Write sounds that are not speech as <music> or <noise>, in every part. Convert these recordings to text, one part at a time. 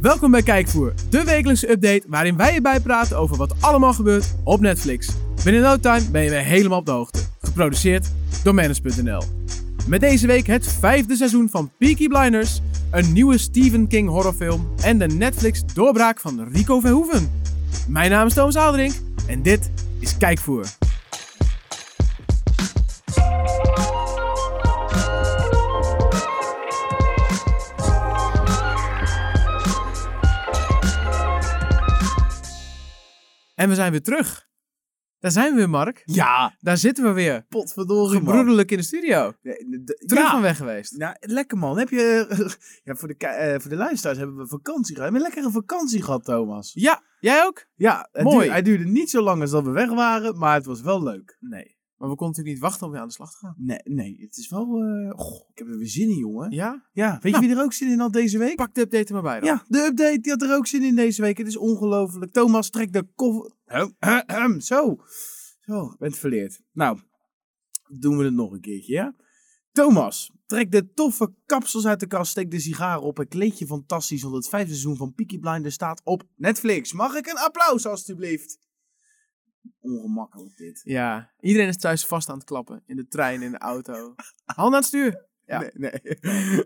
Welkom bij Kijkvoer, de wekelijkse update waarin wij je bijpraten over wat allemaal gebeurt op Netflix. Binnen no time ben je weer helemaal op de hoogte. Geproduceerd door Manus.nl. Met deze week het vijfde seizoen van Peaky Blinders, een nieuwe Stephen King horrorfilm en de Netflix doorbraak van Rico Verhoeven. Mijn naam is Thomas Aldering en dit is Kijkvoer. En we zijn weer terug. Daar zijn we weer, Mark. Ja, Daar zitten we weer. potverdorie man. Broederlijk in de studio. Terug van Ja, weg geweest. nou, lekker man. Heb je, <laughs> ja, voor, de, ki- eh, voor de luisteraars hebben we vakantie gehad. We hebben een lekkere vakantie gehad, Thomas. Ja, jij ook? Ja, het Mooi. duurde- hij duurde niet zo lang als dat we weg waren, maar het was wel leuk. Nee. Maar we konden natuurlijk niet wachten om weer aan de slag te gaan. Nee, nee het is wel... eh, goh, ik heb er weer zin in, jongen. Ja? Ja, weet Nou. je wie er ook zin in had deze week? Pak de update er maar bij dan. Ja, de update, die had er ook zin in deze week. Het is ongelooflijk. Thomas, trek de koffer... Hem, hem, hem. Zo. Zo, ik ben het verleerd. Nou, doen we het nog een keertje, ja? Thomas, trek de toffe kapsels uit de kast, steek de sigaren op en kleed je fantastisch, want het vijfde seizoen van Peaky Blinders staat op Netflix. Mag ik een applaus, alstublieft? Ongemakkelijk dit. Ja. Iedereen is thuis vast aan het klappen. In de trein, in de <laughs> auto. Hand aan het stuur. Ja. Nee, nee. <laughs>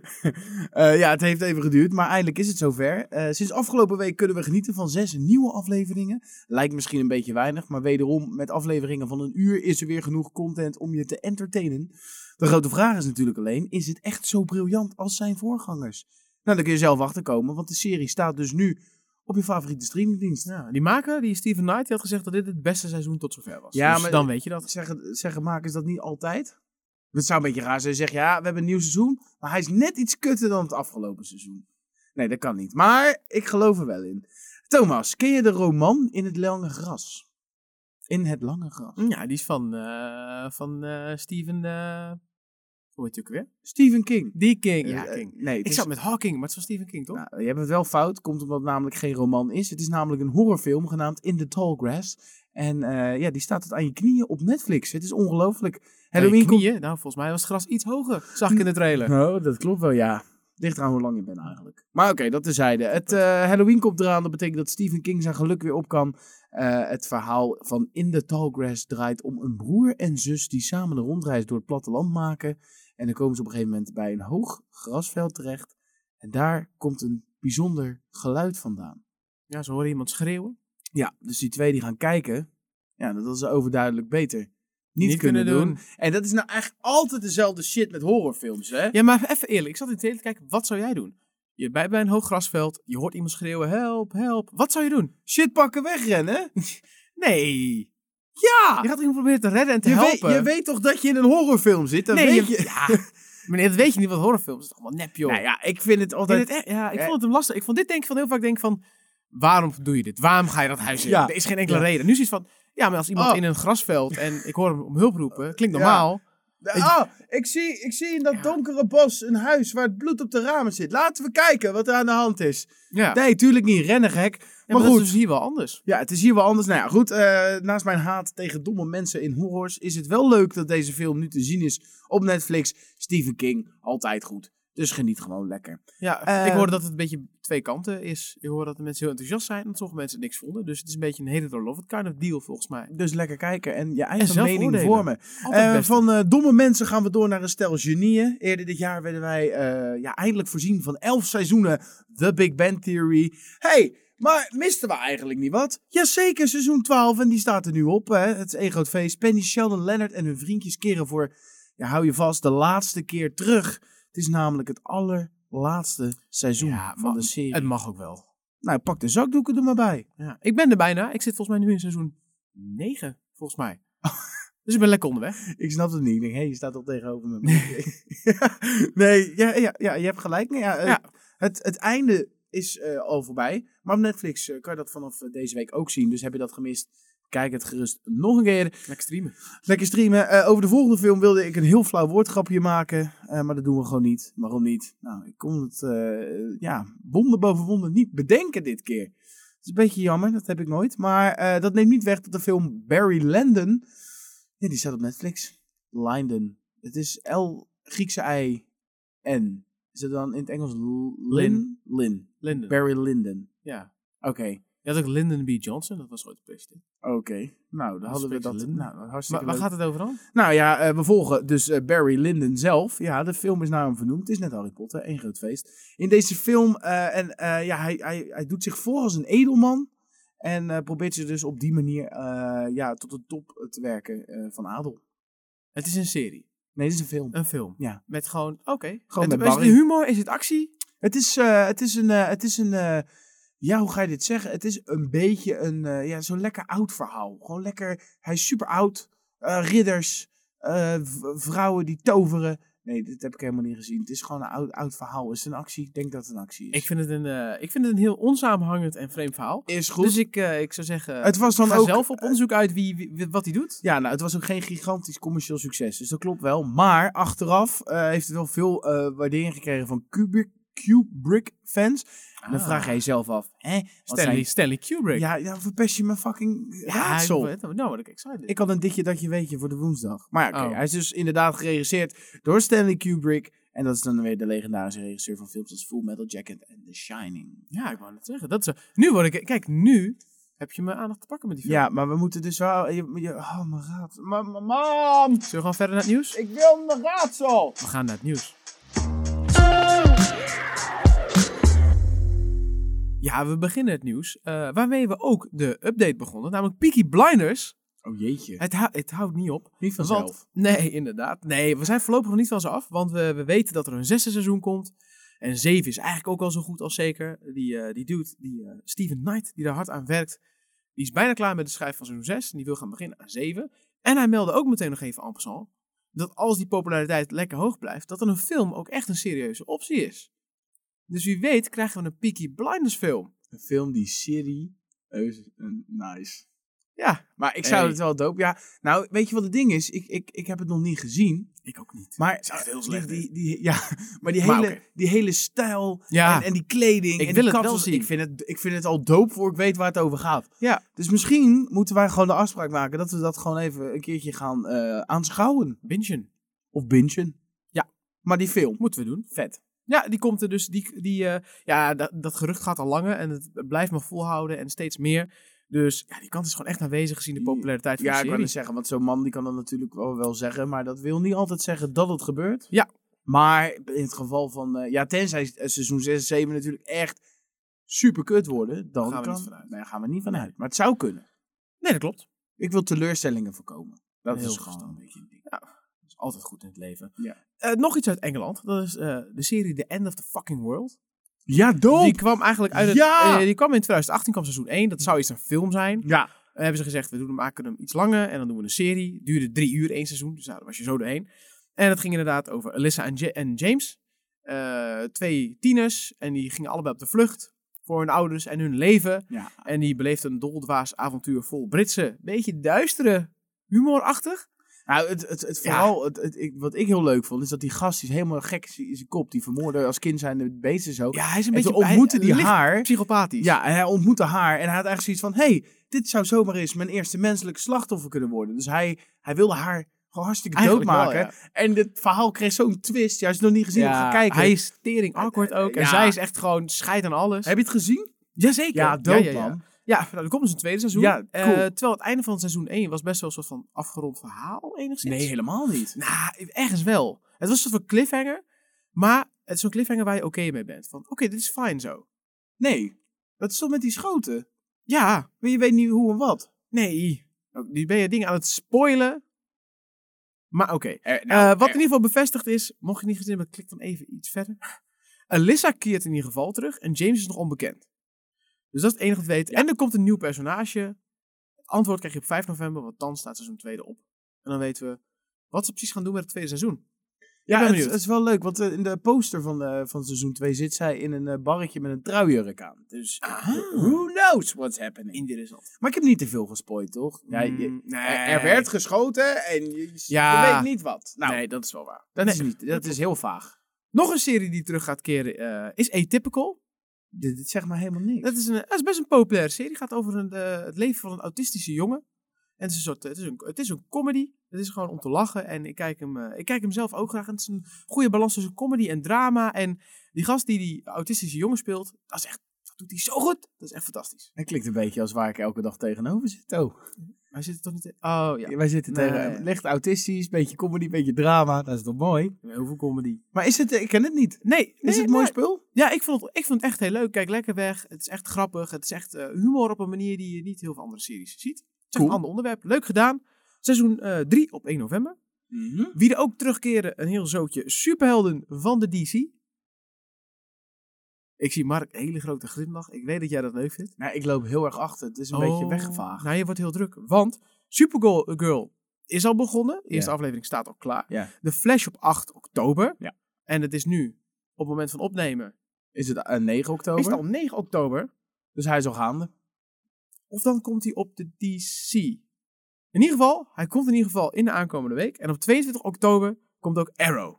Eh, ja, het heeft even geduurd, maar eindelijk is het zover. Eh, sinds afgelopen week kunnen we genieten van zes nieuwe afleveringen. Lijkt misschien een beetje weinig, maar wederom met afleveringen van een uur is er weer genoeg content om je te entertainen. De grote vraag is natuurlijk alleen, is het echt zo briljant als zijn voorgangers? Nou, daar kun je zelf achter komen, want de serie staat dus nu op je favoriete streamingdienst. Nou, die maker, die Steven Knight, die had gezegd dat dit het beste seizoen tot zover was. Ja, dus maar- dan weet je dat. Zeggen, zeggen makers dat niet altijd? Het zou een beetje raar zijn. Zeg ja, we hebben een nieuw seizoen. Maar hij is net iets kutter dan het afgelopen seizoen. Nee, dat kan niet. Maar ik geloof er wel in. Thomas, ken je de roman In het Lange Gras? In het Lange Gras. Mm, Ja, die is van, eh, van eh, Steven... eh, Hoe heet hij ook weer? Stephen King. Die King. Ja, Eh, eh, King. nee, het Ik is- zat met Hawking, maar het is van Stephen King, toch? Nou, je hebt het wel fout, komt omdat het namelijk geen roman is. Het is namelijk een horrorfilm genaamd In the Tall Grass. En eh, ja, die staat tot aan je knieën op Netflix. Het is ongelooflijk. Halloween Halloween komt... Nou, volgens mij was het gras iets hoger. Zag ik in de trailer. <laughs> Nou, dat klopt wel, ja. Ligt eraan hoe lang je bent eigenlijk. Maar oké, dat tezijde. Het eh, Halloween komt eraan. Dat betekent dat Stephen King zijn geluk weer op kan. Eh, het verhaal van In the Tall Grass draait om een broer en zus die samen een rondreis door het platteland maken. En dan komen ze op een gegeven moment bij een hoog grasveld terecht. En daar komt een bijzonder geluid vandaan. Ja, ze horen iemand schreeuwen. Ja, dus die twee die gaan kijken. Ja, dat is overduidelijk beter. Niet, kunnen, doen. En dat is nou eigenlijk altijd dezelfde shit met horrorfilms, hè? Ja, maar even eerlijk. Ik zat in de trailer te kijken. Wat zou jij doen? Je bent bij een hoog grasveld. Je hoort iemand schreeuwen. Help, help. Wat zou je doen? Shit pakken wegrennen? <laughs> Nee. Je Ja! gaat iemand proberen te redden en te Je weet, helpen. je weet toch dat je in een horrorfilm zit? Dan nee, weet je- je... Ja. Meneer, dat weet je niet wat horrorfilms. Dat is allemaal nep, joh. Nou ja, ik vind het ik, vind altijd... het echt, ja, ik Ja. vond het hem lastig. Ik vond dit denk ik van heel vaak denk ik van... Waarom doe je dit? Waarom ga je dat huis in? Ja. Er is geen enkele Ja. reden. Nu is het van... Ja, maar als iemand Oh. in een grasveld en ik hoor hem om hulp roepen, klinkt Ja. normaal. Ah, ik zie, ik zie in dat Ja. donkere bos een huis waar het bloed op de ramen zit. Laten we kijken wat er aan de hand is. Ja. Nee, tuurlijk niet. Rennen gek. Ja, maar maar dat goed. is dus hier wel anders. Ja, het is hier wel anders. Nou ja, goed. eh, naast mijn haat tegen domme mensen in horrors is het wel leuk dat deze film nu te zien is op Netflix. Stephen King, altijd goed. Dus geniet gewoon lekker. Ja, Eh, ik hoorde dat het een beetje twee kanten is. Ik hoor dat de mensen heel enthousiast zijn en dat sommige mensen het niks vonden. Dus het is een beetje een hele door love it kind of deal volgens mij. Dus lekker kijken en je En eigen zelf mening oordelen. vormen. Altijd Eh, best. van eh, domme mensen gaan we door naar een stel genieën. Eerder dit jaar werden wij eh, ja, eindelijk voorzien van elf seizoenen The Big Bang Theory. hey, maar misten we eigenlijk niet wat? Jazeker, seizoen 12 en die staat er nu op. Hè? Het is één groot feest. Penny, Sheldon, Leonard en hun vriendjes keren voor, ja, hou je vast, de laatste keer terug. Het is namelijk het allerlaatste seizoen Ja, van man. de serie. Het mag ook wel. Nou, pak de zakdoeken er maar bij. Ja. Ik ben er bijna. Ik zit volgens mij nu in seizoen 9, volgens <laughs> mij. dus ik ben lekker onderweg. Ik snap het niet. Ik denk, hé, je staat toch tegenover me. <laughs> nee, ja, ja, ja, je hebt gelijk. Nee, ja, eh, Ja. Het, het einde is eh, al voorbij. Maar op Netflix eh, kan je dat vanaf eh, deze week ook zien. Dus heb je dat gemist, kijk het gerust nog een keer. Lekker streamen. Lekker streamen. Eh, over de volgende film wilde ik een heel flauw woordgrapje maken. eh, maar dat doen we gewoon niet. Waarom niet? Nou, ik kon het eh, ja, wonder boven wonder niet bedenken dit keer. Dat is een beetje jammer, dat heb ik nooit. Maar eh, dat neemt niet weg dat de film Barry Lyndon... Ja, die staat op Netflix. Lyndon. Het is L, Griekse I, N. Is het dan in het Engels Lin? Lin. Lin. Linden. Barry Linden. ja. Oké. Je had ook Lyndon B. Johnson, dat was ooit de president. Oké. Nou, dan hadden we spreekt dat. ze Linden. Nou, Waar, hartstikke waar leuk. gaat het over dan? Nou ja, eh, we volgen dus eh, Barry Lyndon zelf. Ja, de film is naar hem vernoemd. Het is net Harry Potter, één groot feest. In deze film, eh, en eh, ja, hij, hij, hij doet zich voor als een edelman. En eh, probeert zich dus op die manier eh, ja, tot de top te werken eh, van adel. Het is een serie, Nee, dit is een film. een film. Ja. Met gewoon, oké. Gewoon Het- met is Barry. het humor? Is het actie? Het is, eh, het is een, eh, het is een eh, ja, hoe ga je dit zeggen? Het is een beetje een, eh, ja, zo'n lekker oud verhaal. Gewoon lekker, hij is super oud. Eh, ridders, eh, v- vrouwen die toveren. Nee, dit heb ik helemaal niet gezien. Het is gewoon een oud, oud verhaal. Is het een actie? Ik denk dat het een actie is. Ik vind het een, eh, ik vind het een heel onsamenhangend en vreemd verhaal. Is goed. Dus ik, eh, ik zou zeggen, het was dan ga ook... zelf op onderzoek uit wie, wie- wat hij doet. Ja, nou, het was ook geen gigantisch commercieel succes. Dus dat klopt wel. Maar achteraf eh, heeft het wel veel eh, waardering gekregen van Kubrick, Kubrick-fans. En dan Ah. vraag jij jezelf af, hè? wat Stanley, zijn- Stanley Kubrick. Ja, ja, verpest je mijn fucking Ja, ik raadsel. weet het. Nou, word ik excited. Ik had een ditje dat je weet je voor de woensdag. Maar ja, oké, Oh. hij is dus inderdaad geregisseerd door Stanley Kubrick. En dat is dan weer de legendarische regisseur van films als Full Metal Jacket en The Shining. Ja, ik wou net zeggen. Dat is, nu word ik, kijk, nu heb je mijn aandacht te pakken met die film. Ja, maar we moeten dus wel... Je, je- oh, mijn raad. Ma- ma- Mam, Zullen we gewoon verder naar het nieuws? ik wil mijn raadsel. We gaan naar het nieuws. Ja, we beginnen het nieuws. eh, waarmee we ook de update begonnen. Namelijk Peaky Blinders. Oh jeetje. Het, hou- het houdt niet op. Niet Want- nee, inderdaad. Nee, we zijn voorlopig nog niet van ze af. Want we, we weten dat er een zesde seizoen komt. En zeven is eigenlijk ook al zo goed als zeker. Die, eh, die dude, die eh, Steven Knight, die daar hard aan werkt. Die is bijna klaar met het schrijven van seizoen zes. En die wil gaan beginnen aan zeven. En hij meldde ook meteen nog even en passant. Dat als die populariteit lekker hoog blijft. Dat dan een film ook echt een serieuze optie is. Dus wie weet krijgen we een Peaky Blinders film. Een film die serie... Eus- een- Nice. Ja, Maar ik zou Hey. het wel dope... Ja, nou, weet je wat het ding is? Ik, ik, ik heb het nog niet gezien. ik ook niet. Maar, is echt heel die- slecht, die, die, ja, <laughs> maar, die, Maar hele, oké. die hele stijl Ja, en, en die kleding. Ik wil en die het kapsels, wel zien. Ik vind het, ik vind het al doop voor ik weet waar het over gaat. Ja. Dus misschien moeten wij gewoon de afspraak maken dat we dat gewoon even een keertje gaan eh, aanschouwen. Bingen. Of bingen. Ja. Maar die film. Moeten we doen. Vet. Ja, die komt er dus. Die, die, eh, ja, dat, dat gerucht gaat al langer en het blijft maar volhouden en steeds meer. Dus ja, die kans is gewoon echt aanwezig gezien de populariteit van Ja, de ik serie. kan het zeggen, want zo'n man die kan dat natuurlijk wel, wel zeggen. Maar dat wil niet altijd zeggen dat het gebeurt. Ja. Maar in het geval van, eh, ja, tenzij eh, seizoen 6 en 7 natuurlijk echt super kut worden. Dan Gaan we kan, niet vanuit. Nee, gaan we niet vanuit. Maar het zou kunnen. Nee, dat klopt. Ik wil teleurstellingen voorkomen. Dat Heel is gewoon een verstandig. beetje een ding. Dat is altijd goed in het leven. Ja. Eh, nog iets uit Engeland. Dat is eh, de serie The End of the Fucking World. Ja, Die kwam eigenlijk uit het, Ja! eh, die kwam in 2018, kwam seizoen 1. Dat zou iets een film zijn. Ja, En Eh, hebben ze gezegd, we doen, maken hem iets langer en dan doen we een serie. Duurde drie uur één seizoen, dus nou, daar was je zo doorheen. En het ging inderdaad over Alyssa en, Ja- en James. Eh, twee tieners en die gingen allebei op de vlucht voor hun ouders en hun leven. Ja, En die beleefden een doldwaas avontuur vol Britse, beetje duistere, humorachtig. nou, het, het, het Ja. verhaal, het, het, ik- wat ik heel leuk vond, is dat die gast die is helemaal gek is in zijn kop. Die vermoorde als kind zijn de beesten zo. Ja, hij is een en beetje toen ontmoette die licht haar. psychopathisch. Ja, en hij ontmoette haar en hij had eigenlijk zoiets van, hey, dit zou zomaar eens mijn eerste menselijke slachtoffer kunnen worden. Dus hij, hij wilde haar gewoon hartstikke Eigenlijk wel, Dus doodmaken. En het verhaal kreeg zo'n twist. Ja, als je het nog niet gezien hebt, ga Ja, kijken. Hij is tering awkward ook. En Ja. zij is echt gewoon scheid aan alles. Heb je het gezien? Jazeker. Ja, dood ja, ja. man. Ja, nou, er komt dus een tweede seizoen. Ja, Eh, cool. terwijl het einde van het seizoen 1 was best wel een soort van afgerond verhaal enigszins. Nee, helemaal niet. Nou, ergens wel. Het was een soort van cliffhanger, maar het is zo'n cliffhanger waar je oké mee bent. Van, oké, dit is fijn zo. Nee, dat is toch met die schoten? Ja, Maar je weet niet hoe en wat. nee. Nou, Nu ben je dingen aan het spoilen. Maar oké. Nou, Eh, wat in ieder geval bevestigd is, mocht je het niet gezien hebben, klik dan even iets verder. <gasps> Alyssa keert in ieder geval terug en James is nog onbekend. Dus dat is het enige wat we weten. En er komt een nieuw personage. Antwoord krijg je op 5 november, want dan staat seizoen 2 op. En dan weten we wat ze precies gaan doen met het tweede seizoen. ben Ja, het, benieuwd. het is wel leuk, want eh, in de poster van, eh, van seizoen 2 zit zij in een eh, barretje met een truijurk aan. Dus who knows what's happening. Indië is dat. Maar ik heb niet te veel gespoild, toch? Ja, je- Eh. Mm, nee. er, er werd geschoten en je, je Ja. weet niet wat. Nou, nee, dat is wel waar. dat, nee. is niet, dat is heel vaag. Nog een serie die terug gaat keren eh, is Atypical. Dit, dit zegt maar helemaal niks. eh, Dat is, een, dat is best een populaire serie. Gaat over een, eh, het leven van een autistische jongen. het is een soort, het is een, het is een comedy. Het is gewoon om te lachen. En ik kijk hem, eh, ik kijk hem zelf ook graag. En het is een goede balans tussen comedy en drama. En die gast die die autistische jongen speelt, dat is echt, dat doet hij zo goed. Dat is echt fantastisch. Het klinkt een beetje als waar ik elke dag tegenover zit. Oh. Hij zit er toch niet in? Oh ja. Wij zitten Nee. tegen licht autistisch, beetje comedy, beetje drama. Dat is toch mooi? Heel veel comedy. Maar is het, ik ken het niet. Nee, nee Is het een mooi maar- spul? Ja, ik vond, het, ik vond het echt heel leuk. Kijk lekker weg. Het is echt grappig. Het is echt eh, humor op een manier die je niet heel veel andere series ziet. Het is echt Cool. een ander onderwerp. Leuk gedaan. Seizoen 3 op 1 november. Mhm. Wie er ook terugkeren, een heel zootje superhelden van de DC. Ik zie Mark een hele grote glimlach. Ik weet dat jij dat leuk vindt. Nou, ik loop heel erg achter. Het is een beetje weggevaagd. Nou, je wordt heel druk. Want Supergirl eh, Girl is al begonnen. De eerste aflevering staat al klaar. Ja. De Flash op 8 oktober. Ja. En het is nu, op het moment van opnemen, Is het eh, 9 oktober? is het al 9 oktober. Dus hij is al gaande. Of dan komt hij op de DC. In ieder geval, hij komt in ieder geval in de aankomende week. En op 22 oktober komt ook Arrow.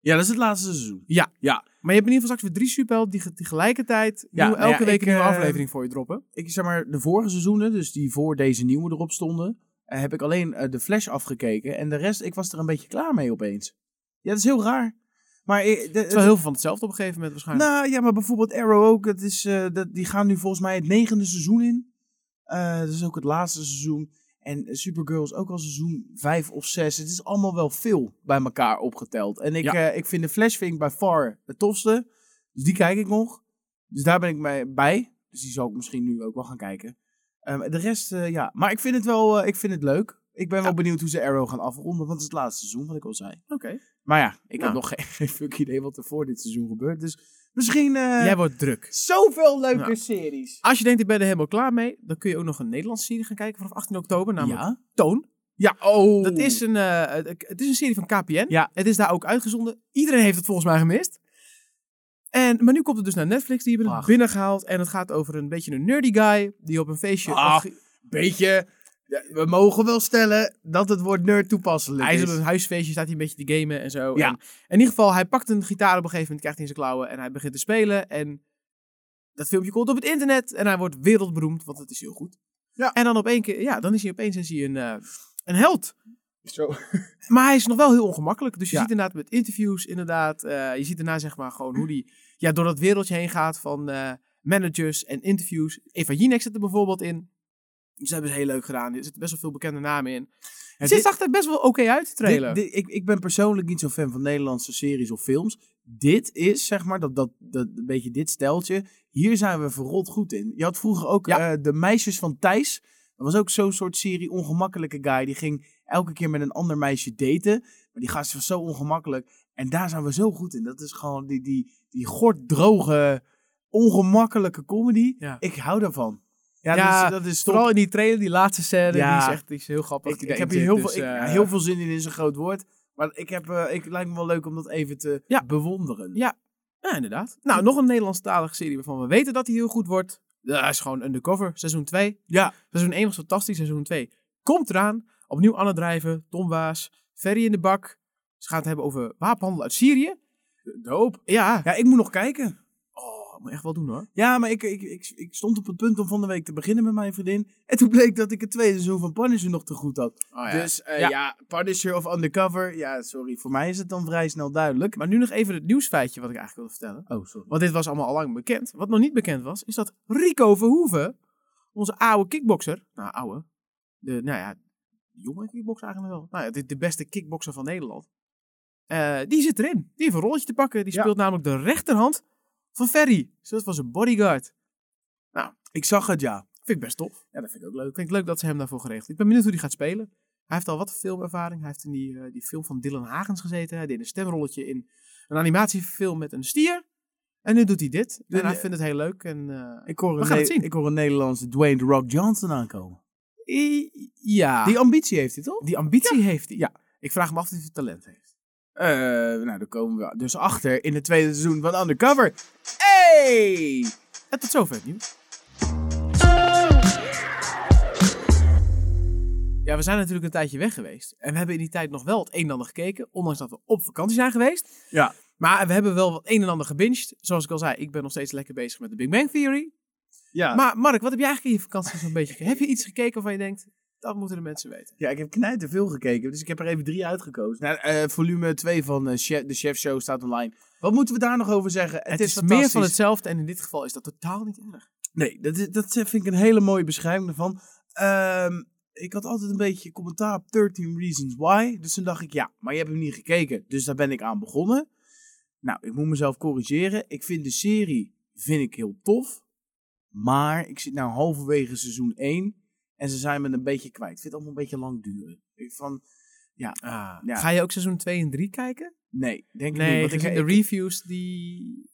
Ja, dat is het laatste seizoen. Maar je hebt in ieder geval straks weer drie superhelden die ge- tegelijkertijd Ja, nieuw- nou ja, elke week ik, een nieuwe eh, aflevering voor je droppen. Ik zeg maar, de vorige seizoenen, dus die voor deze nieuwe erop stonden, eh, heb ik alleen eh, de Flash afgekeken. En de rest, ik was er een beetje klaar mee opeens. Ja, dat is heel raar. Maar eh, de- Het is wel heel veel van hetzelfde op een gegeven moment waarschijnlijk. Nou ja, maar bijvoorbeeld Arrow ook. Dat is, eh, dat, die gaan nu volgens mij het negende seizoen in. Eh, dat is ook het laatste seizoen. En eh, Supergirl is ook al seizoen vijf of zes. Het is allemaal wel veel bij elkaar opgeteld. En ik, Ja. eh, ik vind de Flash vind ik by far het tofste. Dus die kijk ik nog. Dus daar ben ik mee- bij. Dus die zal ik misschien nu ook wel gaan kijken. Ehm, de rest, eh, ja. Maar ik vind het wel eh, ik vind het leuk. Ik ben wel benieuwd hoe ze Arrow gaan afronden. Want het is het laatste seizoen, wat ik al zei. Oké. Maar ja, ik Nou. heb nog <laughs> geen, geen fuck idee wat er voor dit seizoen gebeurt. Dus misschien eh, Jij wordt druk. zoveel leuke Nou. series. Als je denkt, ik ben er helemaal klaar mee, dan kun je ook nog een Nederlandse serie gaan kijken vanaf 18 oktober, namelijk ja. Toon. Ja, oh. Dat is een, eh, het- het is een serie van KPN. Ja. Het is daar ook uitgezonden. Iedereen heeft het volgens mij gemist. En, maar nu komt het dus naar Netflix, die hebben het Prachtig. binnengehaald. En het gaat over een beetje een nerdy guy die op een feestje... Ah, beetje... ja, We mogen wel stellen dat het woord nerd toepasselijk Hij is op is. een huisfeestje, staat hij een beetje te gamen en zo. Ja. En in ieder geval, hij pakt een gitaar op een gegeven moment, krijgt hij in zijn klauwen en hij begint te spelen. En dat filmpje komt op het internet en hij wordt wereldberoemd, want het is heel goed. Ja. En dan, op één keer, ja, dan is hij opeens is hij een, eh, een held. Zo. Maar hij is nog wel heel ongemakkelijk. Dus je Ja. ziet inderdaad met interviews, inderdaad. eh, je ziet daarna zeg maar gewoon hoe die ja, door dat wereldje heen gaat van eh, managers en interviews. Eva Jinek zit er bijvoorbeeld in. Dus dat hebben ze heel leuk gedaan. Er zitten best wel veel bekende namen in. Het dit- zag er best wel oké uit, de trailer. Dit- dit- ik, ik ben persoonlijk niet zo'n fan van Nederlandse series of films. Dit is, zeg maar, dat, dat, dat een beetje dit steltje. Hier zijn we verrot goed in. Je had vroeger ook Ja. eh, De Meisjes van Thijs. Dat was ook zo'n soort serie ongemakkelijke guy. Die ging elke keer met een ander meisje daten. Maar die gast was zo ongemakkelijk. En daar zijn we zo goed in. Dat is gewoon die, die, die gorddroge, ongemakkelijke comedy. Ja. Ik hou daarvan. Ja, Ja, dat is, dat is top. Vooral in die trailer, die laatste scène, Ja. die, is echt, die is heel grappig. Ik, Die ik heb daarin hier heel, zit, veel, dus, ik- eh, ja, heel veel zin in, is een groot woord. Maar ik heb, eh, ik, het lijkt me wel leuk om dat even te Ja. bewonderen. Ja. Ja, inderdaad. Nou, nog een Nederlandstalige serie waarvan we weten dat die heel goed wordt. Dat is gewoon Undercover, seizoen 2. Ja. Seizoen 1 was fantastisch, seizoen 2 komt eraan. Opnieuw Anne Drijven, Tom Waas, Ferry in de Bak. Ze gaan het hebben over wapenhandel uit Syrië. Doop. Ja, Ja, ik moet nog kijken. oh, dat moet je echt wel doen hoor. Ja, maar ik, ik, ik, ik stond op het punt om van de week te beginnen met mijn vriendin. En toen bleek dat ik het tweede seizoen van Punisher nog te goed had. Dus, Dus eh, Ja. ja. Punisher of Undercover. Ja, sorry. Voor mij is het dan vrij snel duidelijk. maar nu nog even het nieuwsfeitje wat ik eigenlijk wilde vertellen. Oh, sorry. Want dit was allemaal al lang bekend. Wat nog niet bekend was, is dat Rico Verhoeven, onze oude kickbokser. Nou, oude. De, nou ja, jonge kickbokser eigenlijk wel. Nou ja, de, de beste kickbokser van Nederland. Eh, die zit erin. Die heeft een rolletje te pakken. Die Ja. speelt namelijk de rechterhand van Ferry. Dus dat was een bodyguard. Ik zag het, ja. Vind ik best tof. Ja, dat vind ik ook leuk. Ik vind het leuk dat ze hem daarvoor geregeld hebben. Ik ben benieuwd hoe die gaat spelen. Hij heeft al wat filmervaring. Hij heeft in die, eh, die film van Dylan Hagens gezeten. Hij deed een stemrolletje in een animatiefilm met een stier. En nu doet hij dit. De- En hij vindt het heel leuk. En, eh, Ik hoor, We een gaan het Ne- zien. ik hoor een Nederlandse Dwayne The Rock Johnson aankomen. I- ja. Die, Die ambitie heeft hij toch? die ambitie heeft hij. Ja. Ik vraag me af of hij talent heeft. Eh, nou, daar komen we dus achter in het tweede seizoen van Undercover. Hey! En tot zover het nieuws. Ja, we zijn natuurlijk een tijdje weg geweest. En we hebben in die tijd nog wel het een en ander gekeken. Ondanks dat we op vakantie zijn geweest. Ja. Maar we hebben wel wat een en ander gebinged. Zoals ik al zei, ik ben nog steeds lekker bezig met de Big Bang Theory. Ja. Maar Mark, wat heb jij eigenlijk in je vakantie zo'n beetje gekeken? Heb je iets gekeken waarvan je denkt, Dat moeten de mensen weten. Ja, ik heb knijter veel gekeken, dus ik heb er even drie uitgekozen. Nou, eh, volume 2 van eh, Chef- de Chef Show staat online. Wat moeten we daar nog over zeggen? Het, is, meer van hetzelfde en in dit geval is dat totaal niet erg. Nee, dat, is, dat vind ik een hele mooie beschrijving ervan. Ehm, ik had altijd een beetje commentaar op 13 Reasons Why. Dus toen dacht ik, ja, maar je hebt hem niet gekeken. Dus daar ben ik aan begonnen. Nou, ik moet mezelf corrigeren. Ik vind de serie vind ik heel tof. Maar ik zit nou halverwege seizoen 1. En ze zijn me een beetje kwijt. Ik vind het allemaal een beetje lang duren. Ik van, ja. Ga je ook seizoen 2 en 3 kijken? nee, denk ik Ah. Nee, niet. gezien ik, de ik- reviews die...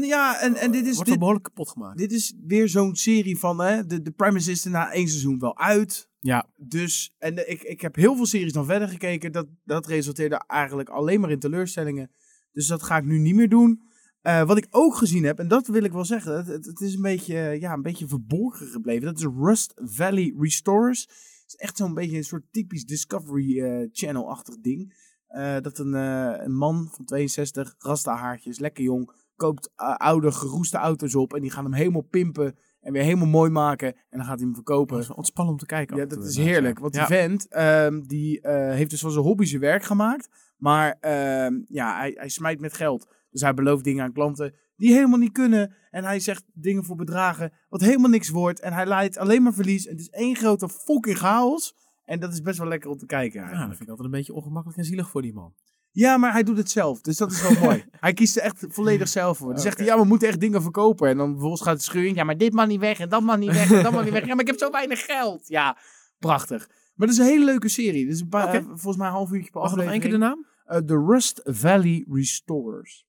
ja, en, en dit is... Wordt dit- al behoorlijk kapot gemaakt. Dit is weer zo'n serie van, hè, de, de premise is er na één seizoen wel uit. Ja. Dus, en eh, ik, ik heb heel veel series dan verder gekeken. Dat, dat resulteerde eigenlijk alleen maar in teleurstellingen. Dus dat ga ik nu niet meer doen. Eh, wat ik ook gezien heb, en dat wil ik wel zeggen, het, het, het is een beetje, eh, ja, een beetje verborgen gebleven. Dat is Rust Valley Restorers. Het is echt zo'n beetje een soort typisch Discovery eh, Channel-achtig ding. Eh, dat een, eh, een man van 62, rasta haartjes, lekker jong, koopt eh, oude geroeste auto's op en die gaan hem helemaal pimpen en weer helemaal mooi maken. En dan gaat hij hem verkopen. Dat is wel ontspannen om te kijken. Ja, af en dat toe is inderdaad, heerlijk. ja. Want Ja. die vent, ehm, die eh, heeft dus van zijn hobby zijn werk gemaakt. Maar ehm, ja, hij, hij smijt met geld. Dus hij belooft dingen aan klanten die helemaal niet kunnen. En hij zegt dingen voor bedragen wat helemaal niks wordt. En hij leidt alleen maar verlies. En het is één grote fucking chaos. En dat is best wel lekker om te kijken Ja, dat eigenlijk. vind ik altijd een beetje ongemakkelijk en zielig voor die man. Ja, maar hij doet het zelf. Dus dat is wel <laughs> mooi. Hij kiest er echt volledig zelf voor. Dan zegt hij, ja, we moeten echt dingen verkopen. En dan vervolgens gaat het scheuren. Ja, maar dit mag niet weg en dat mag niet weg en dat mag niet weg. Ja, maar ik heb zo weinig geld. Ja, prachtig. Maar dat is een hele leuke serie. Dus een paar, Oké. eh, volgens mij een half uurtje per Mag ik nog één aflevering. keer de naam? Eh, The Rust Valley Restorers.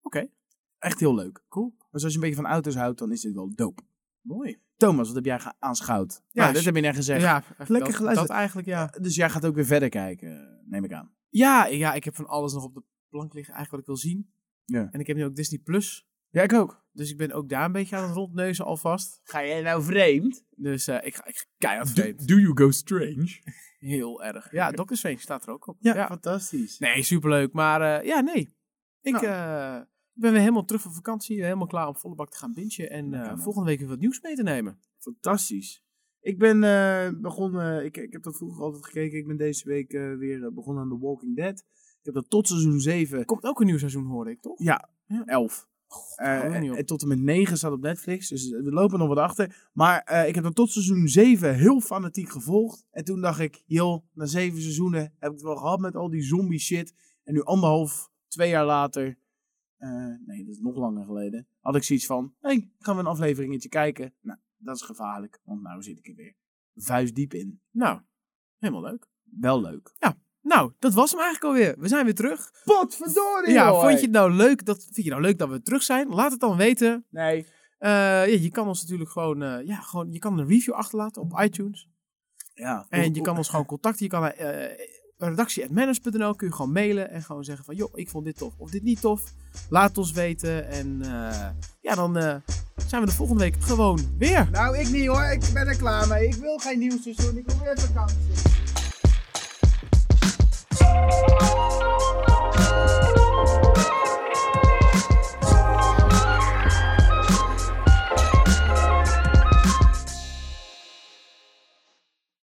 Oké. Echt heel leuk. Cool. Dus als je een beetje van auto's houdt, dan is dit wel dope. Mooi. Thomas, wat heb jij ge- aanschouwd? Ja, Ja, dat sh- heb je net gezegd. Ja, Lekker geluisterd. Dat eigenlijk, ja. Dus jij gaat ook weer verder kijken, eh, neem ik aan. Ja, ja, ik heb van alles nog op de plank liggen, eigenlijk wat ik wil zien. Ja. En ik heb nu ook Disney Plus. Ja, ik ook. Dus ik ben ook daar een beetje aan het rondneuzen alvast. Ga jij nou vreemd? Dus eh, ik, ga, ik ga keihard vreemd. you go strange? <laughs> Heel erg. Ja, Doctor Strange staat er ook op. Ja, fantastisch. Nee, superleuk. Maar eh, ja, nee. Ik Nou. eh, ben weer helemaal terug van vakantie. Helemaal klaar om volle bak te gaan bintje. En eh, Lekker, man. volgende week weer wat nieuws mee te nemen. Fantastisch. Ik ben eh, begonnen, ik, ik heb dat vroeger altijd gekeken, ik ben deze week eh, weer eh, begonnen aan The Walking Dead. Ik heb dat tot seizoen 7, Er komt ook een nieuw seizoen, hoorde ik, toch? 11. Eh, hou er niet op. en, en tot en met 9 staat op Netflix, dus we lopen nog wat achter. Maar eh, ik heb dat tot seizoen 7 heel fanatiek gevolgd. En toen dacht ik, joh, na 7 seizoenen heb ik het wel gehad met al die zombie shit. En nu anderhalf, twee jaar later, eh, nee, dat is nog langer geleden, had ik zoiets van, hé, hey, gaan we een afleveringetje kijken? Nou, dat is gevaarlijk, want nou zit ik er weer vuistdiep in. Nou, helemaal leuk. Wel leuk. Nou, dat was hem eigenlijk alweer. We zijn weer terug. Potverdorie, Ja, vond je het nou leuk dat, vind je nou leuk dat we terug zijn? Laat het dan weten. Nee. Eh, ja, je kan ons natuurlijk gewoon, eh, ja, gewoon, je kan een review achterlaten op iTunes. Ja. En je kan ons gewoon contacten. Je kan naar eh redactie.manners.nl kun je gewoon mailen en gewoon zeggen van, joh, ik vond dit tof of dit niet tof. Laat het ons weten. En eh, ja, dan eh, zijn we de volgende week gewoon weer. Nou, ik niet hoor. Ik ben er klaar mee. Ik wil geen nieuw seizoen. Ik wil weer vakantie.